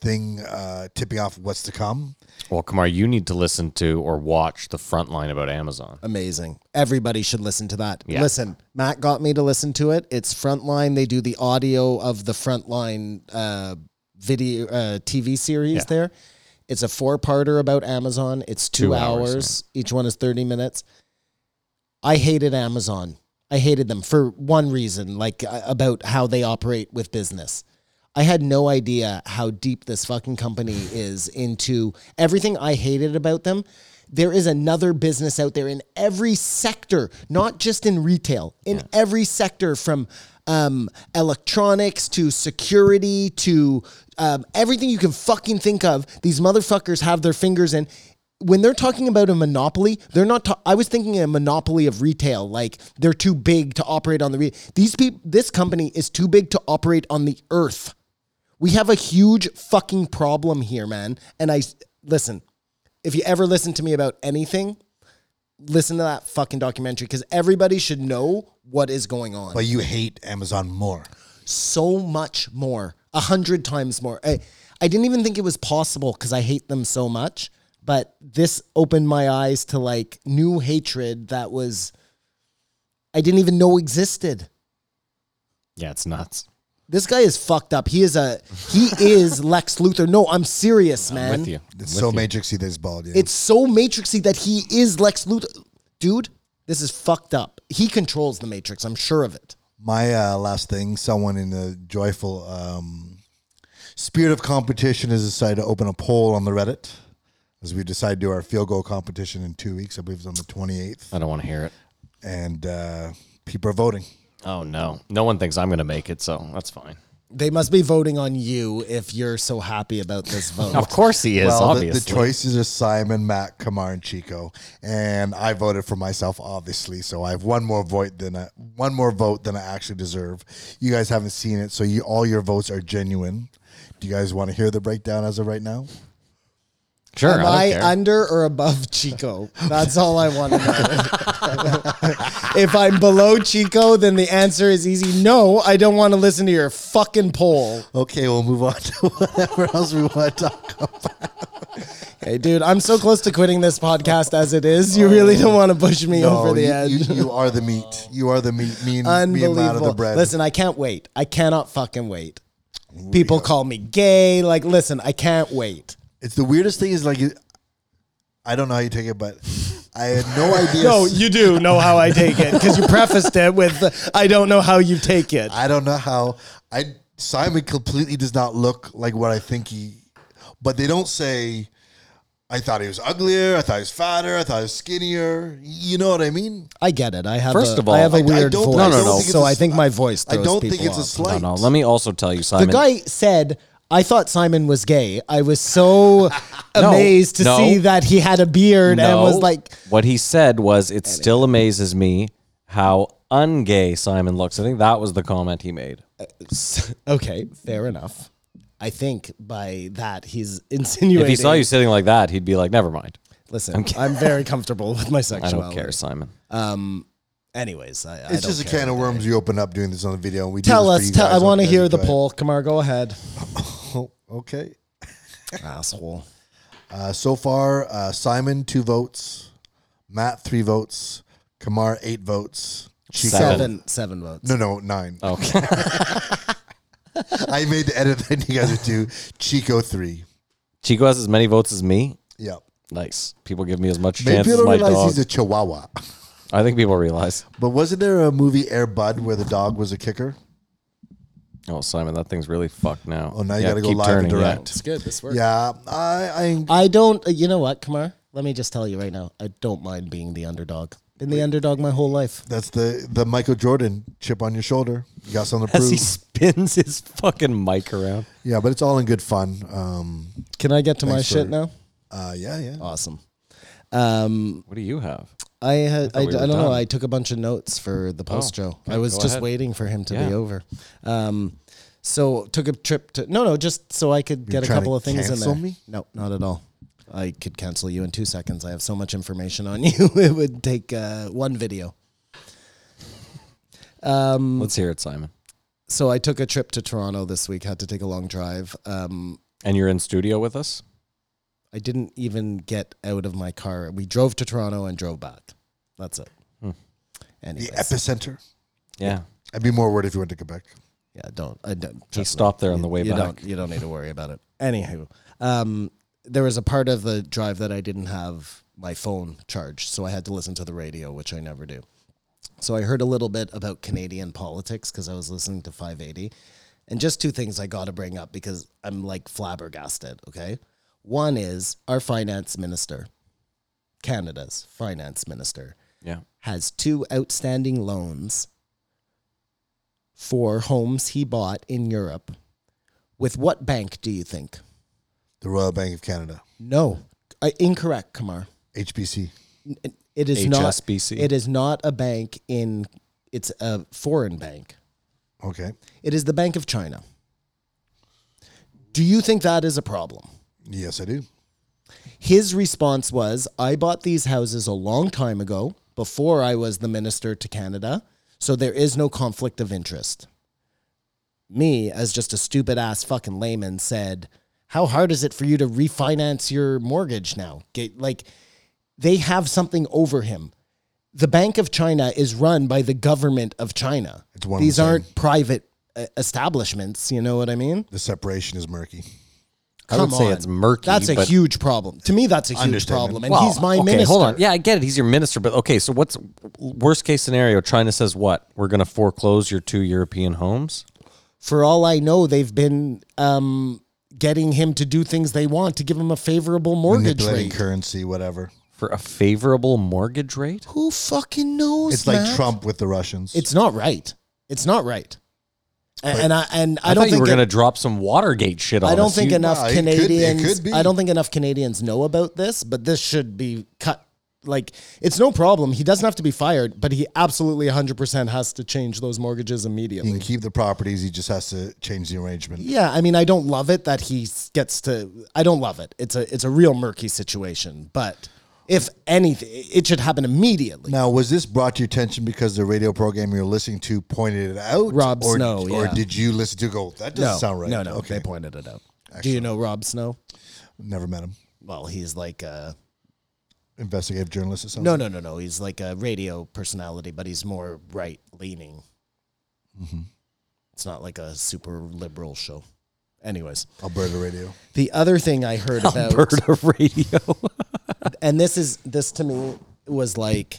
S6: thing uh, tipping off what's to come?
S5: Well, Kamar, you need to listen to or watch the front line about Amazon.
S7: Amazing. Everybody should listen to that.
S5: Yeah.
S7: Listen, Matt got me to listen to it. It's Frontline. They do the audio of the Frontline uh, video uh, TV series
S5: Yeah.
S7: there. It's a four parter about Amazon. It's two,
S5: Two
S7: hours.
S5: hours,
S7: Each one is 30 minutes. I hated Amazon. I hated them for one reason, like uh, about how they operate with business. I had no idea how deep this fucking company is into everything I hated about them. There is another business out there in every sector, not just in retail, in every sector from um, electronics to security to um, everything you can fucking think of. These motherfuckers have their fingers in when they're talking about a monopoly, they're not. Ta- I was thinking a monopoly of retail, like they're too big to operate on the. Re- These people, this company is too big to operate on the earth. We have a huge fucking problem here, man. And I s- listen. If you ever listen to me about anything, listen to that fucking documentary because everybody should know what is going on
S6: But you hate Amazon more.
S7: so much more, a hundred times more. I, I didn't even think it was possible because I hate them so much. But this opened my eyes to like new hatred that was I didn't even know existed.
S5: Yeah, it's nuts.
S7: This guy is fucked up. He is a he is Lex Luthor. No, I'm serious, man.
S5: With you.
S6: It's so matrixy that it's bald. Yeah.
S7: It's so matrixy that he is Lex Luthor. Dude, this is fucked up. He controls the matrix. I'm sure of it.
S6: My uh, last thing, someone in the joyful um, spirit of competition has decided to open a poll on the Reddit as we decide to do our field goal competition in two weeks. I believe it's on the 28th.
S5: I don't want to hear it.
S6: And uh, people are voting.
S5: Oh no, no one thinks I'm going to make it, so that's fine.
S7: They must be voting on you if you're so happy about this vote.
S5: Of course he is.
S6: well, the,
S5: obviously,
S6: the choices are Simon, Matt, Kamar, and Chico, and I voted for myself, obviously. So I have one more vote than I, one more vote than I actually deserve. You guys haven't seen it, so you, all your votes are genuine. Do you guys want to hear the breakdown as of right now?
S5: sure.
S7: Am
S5: I
S7: I,
S5: don't care.
S7: under or above Chico? That's all I want to know. if I'm below Chico, then the answer is easy. No, I don't want to listen to your fucking poll.
S6: Okay, we'll move on to whatever else we want to talk about.
S7: Hey, dude, I'm so close to quitting this podcast as it is. You really don't want to push me over the
S6: you,
S7: edge.
S6: You, you are the meat. You are the meat. Me and, me and Matt are
S7: Unbelievable.
S6: the bread.
S7: Listen, I can't wait. I cannot fucking wait. People call me gay. Like, listen, I can't wait.
S6: it's the weirdest thing is like, you- I don't know how you take it, but I had no idea.
S7: No, you do know how I take it because you prefaced it with, I don't know how you take it.
S6: I don't know how I Simon completely does not look like what I think he but they don't say I thought he was uglier, I thought he was fatter, I thought he was skinnier. You know what I mean?
S7: I get it. I have
S5: First
S7: a,
S5: of all,
S7: I have a
S5: I- I
S7: weird
S6: don't-
S7: voice.
S6: I
S5: don't No, no, no. think
S6: it's
S7: So
S6: a-
S7: I think my voice.
S6: I
S7: Throws
S6: don't think it's
S7: people
S6: a
S7: off.
S5: No,
S6: slight.
S5: no. Let me also tell you,
S7: The
S5: Simon.
S7: guy said. I thought Simon was gay. I was so amazed to
S5: no.
S7: see that he had a beard and was like,
S5: what he said was, "It still amazes me how ungay Simon looks." I think that was the comment he made.
S7: okay, fair enough. I think by that he's insinuating.
S5: If he saw you sitting like that, he'd be like, "Never mind.
S7: listen, I'm, very comfortable with my
S5: I
S7: sexuality.
S5: don't care, Simon."
S7: Anyways, I, I
S6: It's
S7: don't
S6: just a
S7: care.
S6: can of worms you open up doing this on the video and we do
S7: Tell
S6: this for
S7: us.
S6: you
S7: Tell,
S6: guys.
S7: I want to
S6: Okay,
S7: hear the
S6: go ahead.
S7: poll. Kamar, go ahead.
S6: Okay.
S7: Asshole.
S6: Uh, so far, uh, Simon two votes, Matt three votes, Kamar eight votes. Chico-
S7: Seven. Oh. Seven votes.
S6: No, no, nine. Okay. I made the edit that you guys would do. Chico three.
S5: Chico has as many votes as me.
S6: Yep.
S5: Nice. People give me as much
S6: Maybe
S5: chance
S6: people
S5: as
S6: don't
S5: my
S6: realize
S5: dog.
S6: he's a Chihuahua.
S5: I think people realize.
S6: But wasn't there a movie Air Bud where the dog was a kicker?
S5: Oh, Simon, that thing's really fucked now.
S6: Oh, now you gotta go
S5: keep
S6: live and
S5: turning, yeah.
S6: direct.
S7: It's good. This works.
S6: Yeah, I, I
S7: I don't. uh, You know what, Kamar? Let me just tell you right now. I don't mind being the underdog. Been the underdog my whole life.
S6: that's the the Michael Jordan chip on your shoulder. You got something to
S5: As he
S6: prove.
S5: spins his fucking mic around.
S6: Yeah, but it's all in good fun. Um,
S7: Can I get to my
S6: Thanks
S7: shit
S6: for-
S7: now?
S6: uh, yeah, yeah.
S7: Awesome. Um,
S5: What do you have?
S7: I had. I,
S5: we
S7: d-
S5: were
S7: I don't know.
S5: done.
S7: I took a bunch of notes for the post show. I was
S5: go
S7: just
S5: ahead.
S7: waiting for him to be
S5: Yeah.
S7: over. Um, so took a trip to no no just so I could get a
S6: trying to
S7: couple of things in
S6: cancel
S7: there.
S6: me?
S7: No, not at all. I could cancel you in two seconds. I have so much information on you. it would take uh, one video. Um,
S5: Let's hear it, Simon.
S7: So I took a trip to Toronto this week. Had to take a long drive. Um,
S5: And you're in studio with us?
S7: I didn't even get out of my car. We drove to Toronto and drove back. That's it.
S6: The
S7: Anyways,
S6: epicenter.
S5: Yeah.
S6: I'd be more worried if you went to Quebec.
S7: yeah, don't. I don't
S5: He
S7: trust me.
S5: stopped there on the way
S7: you
S5: back.
S7: Don't, you don't need to worry about it. Anywho, um, there was a part of the drive that I didn't have my phone charged, so I had to listen to the radio, which I never do. So I heard a little bit about Canadian politics because I was listening to 580. And just two things I got to bring up because I'm like flabbergasted, okay? One is our finance minister, Canada's finance minister,
S5: Yeah.
S7: has two outstanding loans for homes he bought in Europe. With what bank do you think?
S6: The Royal Bank of Canada,
S7: No, I, incorrect, Kamar.
S6: HBC.
S7: It is
S5: HSBC.
S7: not. It is not a bank in. It's a foreign bank.
S6: Okay.
S7: It is the Bank of China. Do you think that is a problem?
S6: Yes, I do.
S7: His response was, I bought these houses a long time ago before I was the minister to Canada, so there is no conflict of interest. Me, as just a stupid ass fucking layman, said, How hard is it for you to refinance your mortgage now? Get, like, they have something over him. The Bank of China is run by the government of China.
S6: It's one and
S7: These
S6: the same.
S7: aren't private uh, establishments, you know what I mean?
S6: The separation is murky.
S5: I would say it's murky,
S7: That's a
S5: but-
S7: huge problem. To me, that's a huge
S6: Understatement.
S7: problem. And he's my
S5: okay,
S7: minister.
S5: Hold on. Yeah, I get it. He's your minister, but okay. So what's worst case scenario? China says what? We're going to foreclose your two European homes.
S7: For all I know, they've been um, getting him to do things they want to give him a favorable mortgage
S6: manipulating
S7: rate.
S6: currency, whatever.
S5: for a favorable mortgage rate?
S7: Who fucking knows?
S6: It's like
S7: Matt?
S6: Trump with the Russians.
S7: It's not right. It's not right. A- and I and I,
S5: I,
S7: don't
S5: thought you
S7: think
S5: were
S7: it-
S5: going to drop some Watergate shit on
S7: I don't
S5: us.
S7: think
S5: You-
S7: enough
S6: Well, it could- it
S7: Canadians.
S6: could be.
S7: I don't think enough Canadians know about this, but this should be cut. Like it's no problem. He doesn't have to be fired, but he absolutely 100% has to change those mortgages
S6: he
S7: immediately.
S6: can keep the properties. He just has to change the arrangement.
S7: Yeah, I mean, I don't love it that he s- gets to. I don't love it. It's a it's a real murky situation. But if anything, it should happen immediately.
S6: Now, was this brought to your attention because the radio program you were listening to pointed it out?
S7: Rob
S6: or,
S7: Snow,
S6: Or
S7: yeah.
S6: did you listen to it go, that doesn't
S7: no,
S6: sound right?
S7: no, no.
S6: Okay.
S7: They pointed it out. Do you know Rob Snow?
S6: Never met him.
S7: Well, he's like a
S6: Investigative journalist or something?
S7: no, no, no, no. He's like a radio personality, but he's more right leaning.
S6: Mm-hmm.
S7: It's not like a super liberal show. Anyways,
S6: Alberta radio.
S7: the other thing I heard about
S5: Alberta radio.
S7: and this is this to me was like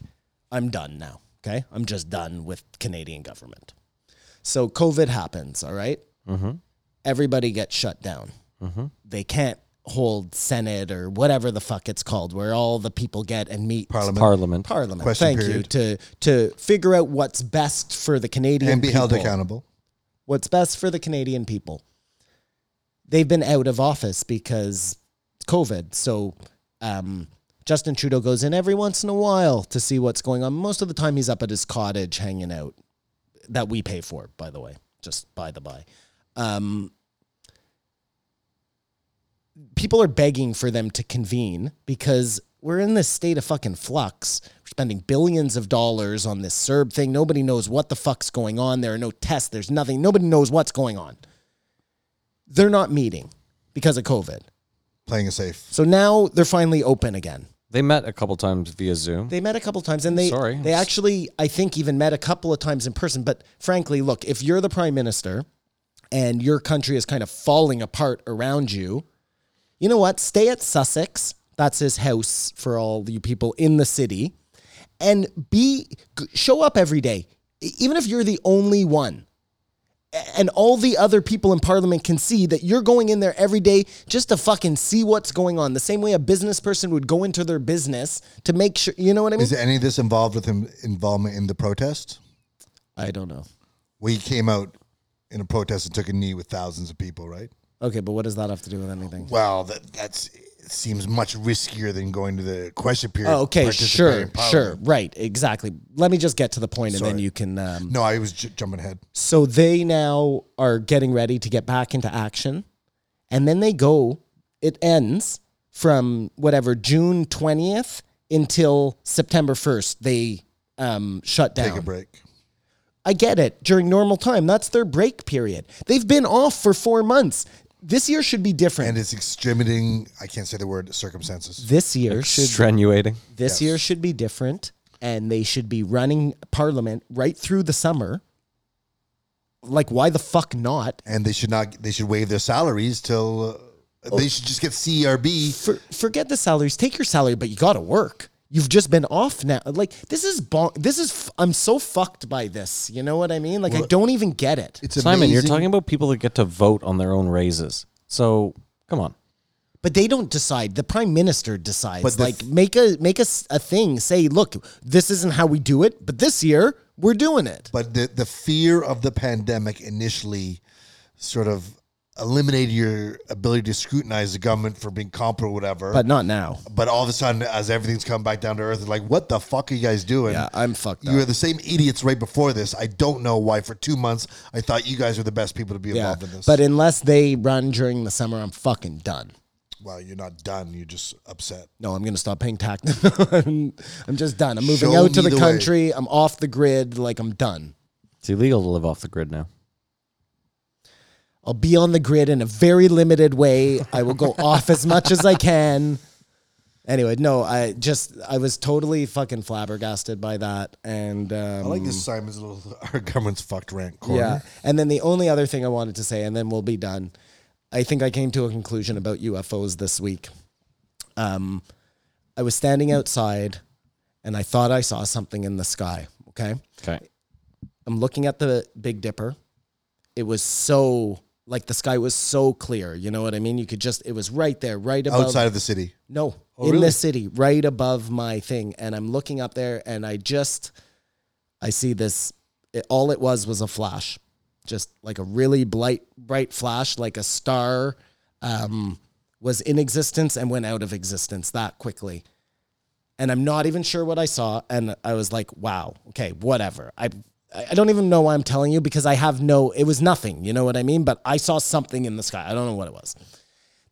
S7: i'm done now okay i'm just done with canadian government so covid happens all right?
S6: Mm-hmm.
S7: everybody gets shut down they can't hold senate or whatever the fuck it's called where all the people get and meet
S6: Parliament.
S5: Parliament.
S7: parliament
S6: Question
S7: thank
S6: period.
S7: you to to figure out what's best for the canadian
S6: and be held
S7: people
S6: accountable.
S7: what's best for the Canadian people. They've been out of office because COVID. So um, Justin Trudeau goes in every once in a while to see what's going on. Most of the time, he's up at his cottage hanging out that we pay for, by the way, just by the by. Um, people are begging for them to convene because we're in this state of fucking flux. We're spending billions of dollars on this Serb thing. Nobody knows what the fuck's going on. There are no tests. There's nothing. Nobody knows what's going on. They're not meeting because of COVID.
S6: Playing it safe.
S7: So now they're finally open again.
S5: They met a couple times via Zoom.
S7: They met a couple times, and they
S5: Sorry.
S7: they actually, I think, even met a couple of times in person. But frankly, look, if you're the prime minister and your country is kind of falling apart around you, you know what? Stay at Sussex. That's his house for all you people in the city, and be g- show up every day, E- even if you're the only one. A- And all the other people in parliament can see that you're going in there every day just to fucking see what's going on. The same way a business person would go into their business to make sure, you know what I mean?
S6: Is any of this involved with him involvement in the protest?
S7: I don't know.
S6: Well, he came out in a protest and took a knee with thousands of people, right?
S7: Okay, but what does that have to do with anything?
S6: Well, that that's it seems much riskier than going to the question period.
S7: Oh, okay,
S6: participate
S7: sure,
S6: in parliament.
S7: sure, right, exactly. Let me just get to the point, and then
S6: Sorry.
S7: you can. Um,
S6: No, I was j- jumping ahead.
S7: so they now are getting ready to get back into action, and then they go. It ends from whatever June twentieth until September first. They um, shut down.
S6: Take a break.
S7: I get it. During normal time, that's their break period. They've been off for four months. This year should be different.
S6: And it's extremating. I can't say the word circumstances.
S7: this year should
S5: Strenuating.
S7: this year should be different and they should be running parliament right through the summer like why the fuck not
S6: and they should not. They should waive their salaries till. Uh,
S7: Oh.
S6: They should just get E CRB.
S7: For, forget the salaries take your salary but you gotta work you've just been off now like this is bon- this is f- i'm so fucked by this you know what i mean like i don't even get it
S6: It's
S5: Simon, you're
S6: amazing.
S5: talking about people that get to vote on their own raises. So come on.
S7: but they don't decide the prime minister decides
S6: But the
S7: like
S6: th-
S7: make a make a, s- a thing say look this isn't how we do it but this year we're doing it
S6: But the the fear of the pandemic initially sort of eliminated your ability to scrutinize the government for being competent or whatever.
S7: but not now
S6: but all of a sudden, as everything's come back down to earth, it's like, what the fuck are you guys doing?
S7: yeah i'm fucked up
S6: You were the same idiots right before this. I don't know why. For two months, I thought you guys were the best people to be
S7: Yeah,
S6: involved in this.
S7: but unless they run during the summer, I'm fucking done.
S6: well, you're not done. You're just upset.
S7: No, I'm gonna stop paying tax. I'm, I'm just done. I'm moving
S6: Show
S7: out to
S6: me the
S7: the,
S6: way.
S7: country. I'm off the grid. Like I'm done.
S5: It's illegal to live off the grid now.
S7: I'll be on the grid in a very limited way. I will go off as much as I can. Anyway, no, I just I was totally fucking flabbergasted by that, and um,
S6: I like this Simon's little our government's fucked rant corner.
S7: yeah. And then the only other thing I wanted to say, and then we'll be done. I think I came to a conclusion about UFOs this week. Um, I was standing outside and I thought I saw something in the sky. Okay.
S5: Okay.
S7: I'm looking at the Big Dipper. It was so like the sky was so clear. You know what I mean? You could just it was right there, right above
S6: outside of the city.
S7: no, in the city, right above my thing. And I'm looking up there and I just, I see this. It, all it was was a flash, just like a really bright, bright flash, like a star um, was in existence and went out of existence that quickly. And I'm not even sure what I saw. And I was like, wow, okay, whatever. I, I don't even know why I'm telling you because I have no, it was nothing. You know what I mean? But I saw something in the sky. I don't know what it was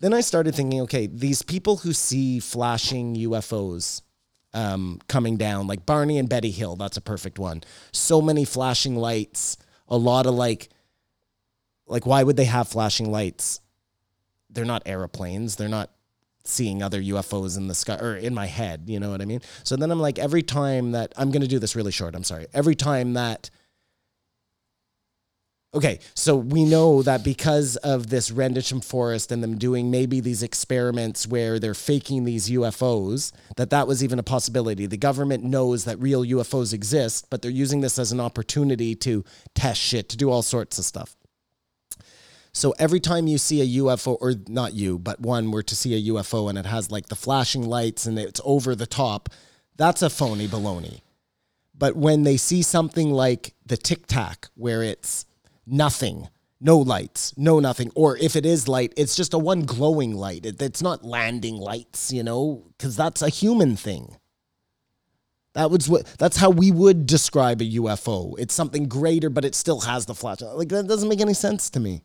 S7: then I started thinking, okay, these people who see flashing UFOs um, coming down, like Barney and Betty Hill, that's a perfect one. So many flashing lights, a lot of like, like why would they have flashing lights? They're not aeroplanes. They're not seeing other UFOs in the sky or in my head. You know what I mean? So then I'm like, every time that I'm going to do this really short. I'm sorry. Every time that Okay, so we know that because of this Rendlesham Forest and them doing maybe these experiments where they're faking these UFOs, that that was even a possibility. The government knows that real UFOs exist, but they're using this as an opportunity to test shit, to do all sorts of stuff. So every time you see a UFO, or not you, but one were to see a UFO and it has like the flashing lights and it's over the top, that's a phony baloney. But when they see something like the Tic Tac, where it's nothing, no lights, no nothing, or if it is light, it's just a one glowing light. It, it's not landing lights, you know, because that's a human thing. That was what. That's how we would describe a UFO. It's something greater, but it still has the flash. Like that doesn't make any sense to me.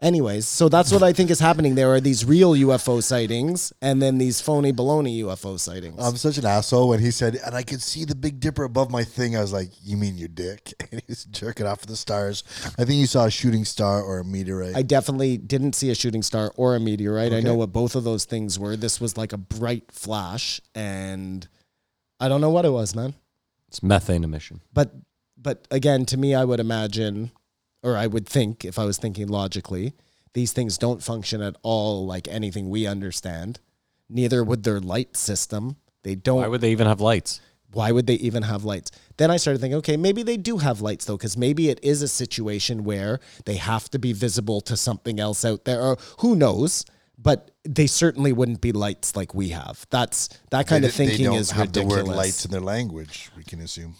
S7: Anyways, so that's what I think is happening. There are these real UFO sightings, and then these phony baloney UFO sightings.
S6: I'm such an asshole when he said, and I could see the Big Dipper above my thing. I was like, you mean your dick? And he's jerking off at the stars. I think you saw a shooting star or a meteorite.
S7: I definitely didn't see a shooting star or a meteorite. I know what both of those things were. This was like a bright flash, and I don't know what it was, man.
S5: It's methane emission.
S7: But but again, to me, I would imagine, or I would think, if I was thinking logically, these things don't function at all like anything we understand. Neither would their light system. They don't.
S5: Why would they even have lights?
S7: why would they even have lights? Then I started thinking, okay, maybe they do have lights though, because maybe it is a situation where they have to be visible to something else out there, or who knows. But they certainly wouldn't be lights like we have. That's that kind
S6: They
S7: of
S6: d-
S7: thinking
S6: they don't
S7: is
S6: have
S7: ridiculous.
S6: the word lights in their language. We can assume.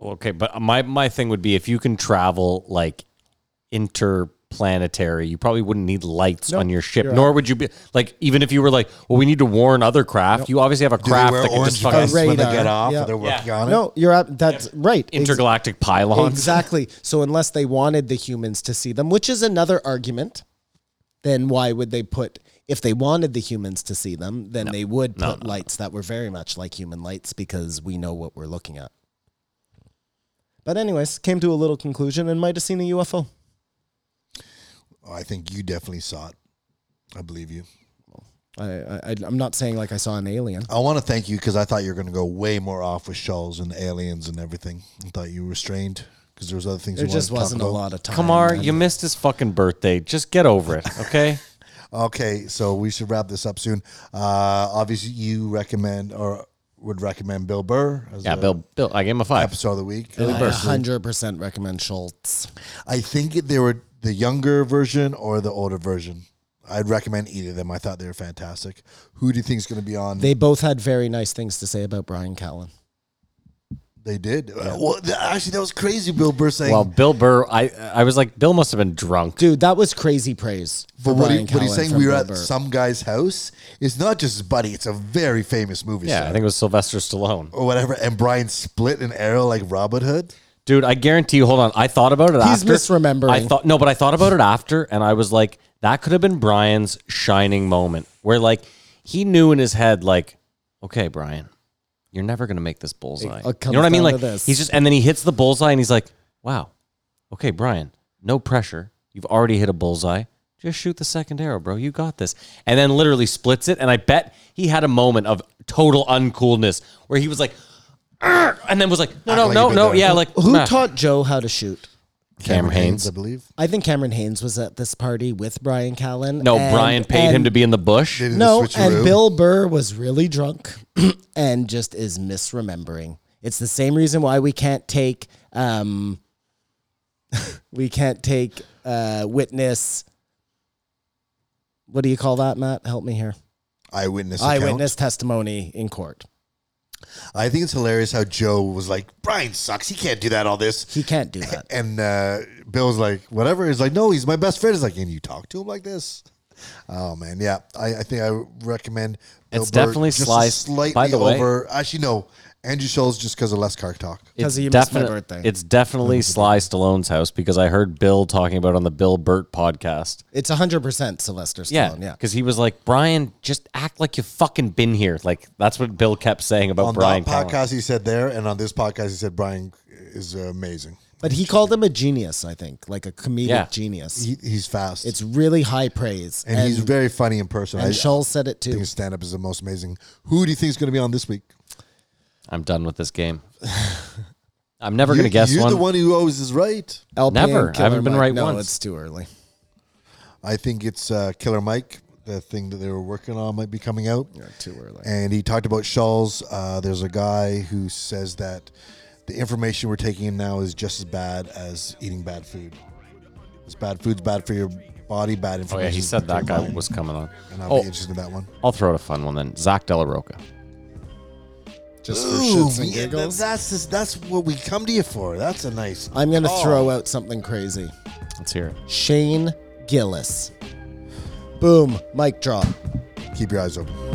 S5: Okay, but my my thing would be if you can travel like interplanetary, you probably wouldn't need lights on your ship. Nor would you be like even if you were like, well, we need to warn other craft. You obviously have a
S6: Do they
S5: craft
S6: wear
S5: that can
S6: orange
S5: just fucking
S6: vests when they
S7: radar.
S6: get off?
S7: Yeah.
S6: Or they're working on it.
S7: no, you're up. That's right. Ex-
S5: intergalactic pylons.
S7: Exactly. So unless they wanted the humans to see them, which is another argument, then why would they put if they wanted the humans to see them, then they would put lights that were very much like human lights because we know what we're looking at. But anyways, came to a little conclusion and might have seen a UFO.
S6: Oh, I think you definitely saw it. I believe you.
S7: I, I I- I'm not saying like I saw an alien.
S6: I want to thank you because I thought you were going to go way more off with Shoals and aliens and everything. I thought you were restrained because there was other things.
S7: There
S6: you
S7: just
S6: wanted to
S7: wasn't a
S6: talk
S7: lot of time.
S5: Kamar, you missed his fucking birthday. Just get over it, okay?
S6: about. Okay, so we should wrap this up soon. Uh, obviously, you recommend or would recommend Bill Burr as
S5: yeah,
S6: the
S5: Bill. Bill, I gave him a five.
S6: episode of the week.
S7: I 100% recommend Schultz.
S6: I think they were the younger version or the older version. I'd recommend either of them. I thought they were fantastic. Who do you think is going to be on?
S7: They both had very nice things to say about Brian Callen.
S6: They did. Uh, well, th- actually, that was crazy. Bill Burr saying,
S5: Well, Bill Burr, I I was like, Bill must have been drunk.
S7: Dude, that was crazy praise. for
S6: but what, he,
S7: Brian
S6: what he's
S7: Callen
S6: saying,
S7: from
S6: we were
S7: Bill
S6: at
S7: Burr.
S6: some guy's house. It's not just his buddy. It's a very famous movie
S5: yeah,
S6: star
S5: I think it was Sylvester Stallone.
S6: or whatever. And Brian split an arrow like Robin Hood.
S5: Dude, I guarantee you. Hold on, I thought about it.
S7: He's
S5: after.
S7: misremembering.
S5: I thought no, but I thought about it after, and I was like, that could have been Brian's shining moment, where like he knew in his head, like, okay, Brian, you're never gonna make this bullseye.
S7: it uh,
S5: you
S7: comes
S5: know what I mean?
S7: down
S5: Like
S7: to this.
S5: he's just, and then he hits the bullseye, and he's like, wow, okay, Brian, no pressure. You've already hit a bullseye. Just shoot the second arrow, bro. You got this. And then literally splits it. And I bet he had a moment of total uncoolness where he was like, "Argh," and then was like, no, no,
S6: like
S5: no,
S6: you've been
S5: no.
S6: there.
S5: Yeah, like
S7: Who
S5: nah.
S7: taught Joe how to shoot?
S5: Cameron Haynes.
S6: I believe.
S7: I think Cameron Haynes was at this party with Brian Callen.
S5: No,
S7: and-
S5: Brian paid him
S7: and-
S5: to be in the bush.
S6: They did the
S7: No,
S6: switcheroo.
S7: and Bill Burr was really drunk and just is misremembering. It's the same reason why we can't take um we can't take uh witness what do you call that, Matt? Help me here.
S6: eyewitness. Account.
S7: Eyewitness testimony in court.
S6: I think it's hilarious how Joe was like, Brian sucks. He can't do that. All this.
S7: He can't do that.
S6: And uh, Bill's like, whatever. He's like, no, he's my best friend. He's like, and you talk to him like this. Oh man, yeah. I, I think I recommend. Bill
S5: It's
S6: Burr
S5: definitely
S6: just a
S5: sliced-
S6: slightly
S5: by the way-
S6: over. Actually, no. Andrew Schultz just because of less car talk.
S7: Because he
S5: It's
S7: missed my
S5: definite-
S7: birthday.
S5: It's definitely Sly Stallone's house because I heard Bill talking about it on the Bill Burt podcast.
S7: It's 100% Sylvester
S5: Yeah,
S7: Stallone. Yeah.
S5: because he was like, Brian, just act like you've fucking been here. Like that's what Bill kept saying about
S6: On
S5: Oh, Brian.
S6: that
S5: Callen.
S6: podcast, he said there, and on this podcast, he said Brian is amazing.
S7: But he called him a genius, I think, like a comedic
S5: Yeah.
S7: genius.
S6: He, he's fast.
S7: it's really high praise.
S6: and, he's very funny in person. I,
S7: and Scholl said it
S6: I think
S7: too.
S6: his stand up is the most amazing. Who do you think is going to be on this week?
S5: I'm done with this game. I'm never gonna guess
S6: you're
S5: one.
S6: the one who always is right.
S7: LP
S5: Never.
S7: and
S5: I haven't
S7: Killer
S5: been
S7: Mike.
S5: right
S7: no,
S5: once.
S7: it's too early.
S6: I think it's uh, Killer Mike. The thing that they were working on might be coming out.
S7: Too early.
S6: And he talked about Shawls. Uh, there's a guy who says that the information we're taking in now is just as bad as eating bad food. It's bad food's bad for your body, bad
S5: oh
S6: information.
S5: yeah, he
S6: is
S5: said
S6: good for
S5: that
S6: your
S5: guy
S6: mind.
S5: was coming on.
S6: And I'll
S5: Oh,
S6: be interested in that one.
S5: I'll throw out a fun one then. Zach Delarocca.
S7: Just for
S6: Ooh,
S7: shits and
S6: yeah,
S7: giggles.
S6: that's just, that's what we come to you for. That's a nice.
S7: I'm going to throw out something crazy.
S5: Let's hear it.
S7: Shane Gillis. Boom. Mic drop.
S6: Keep your eyes open.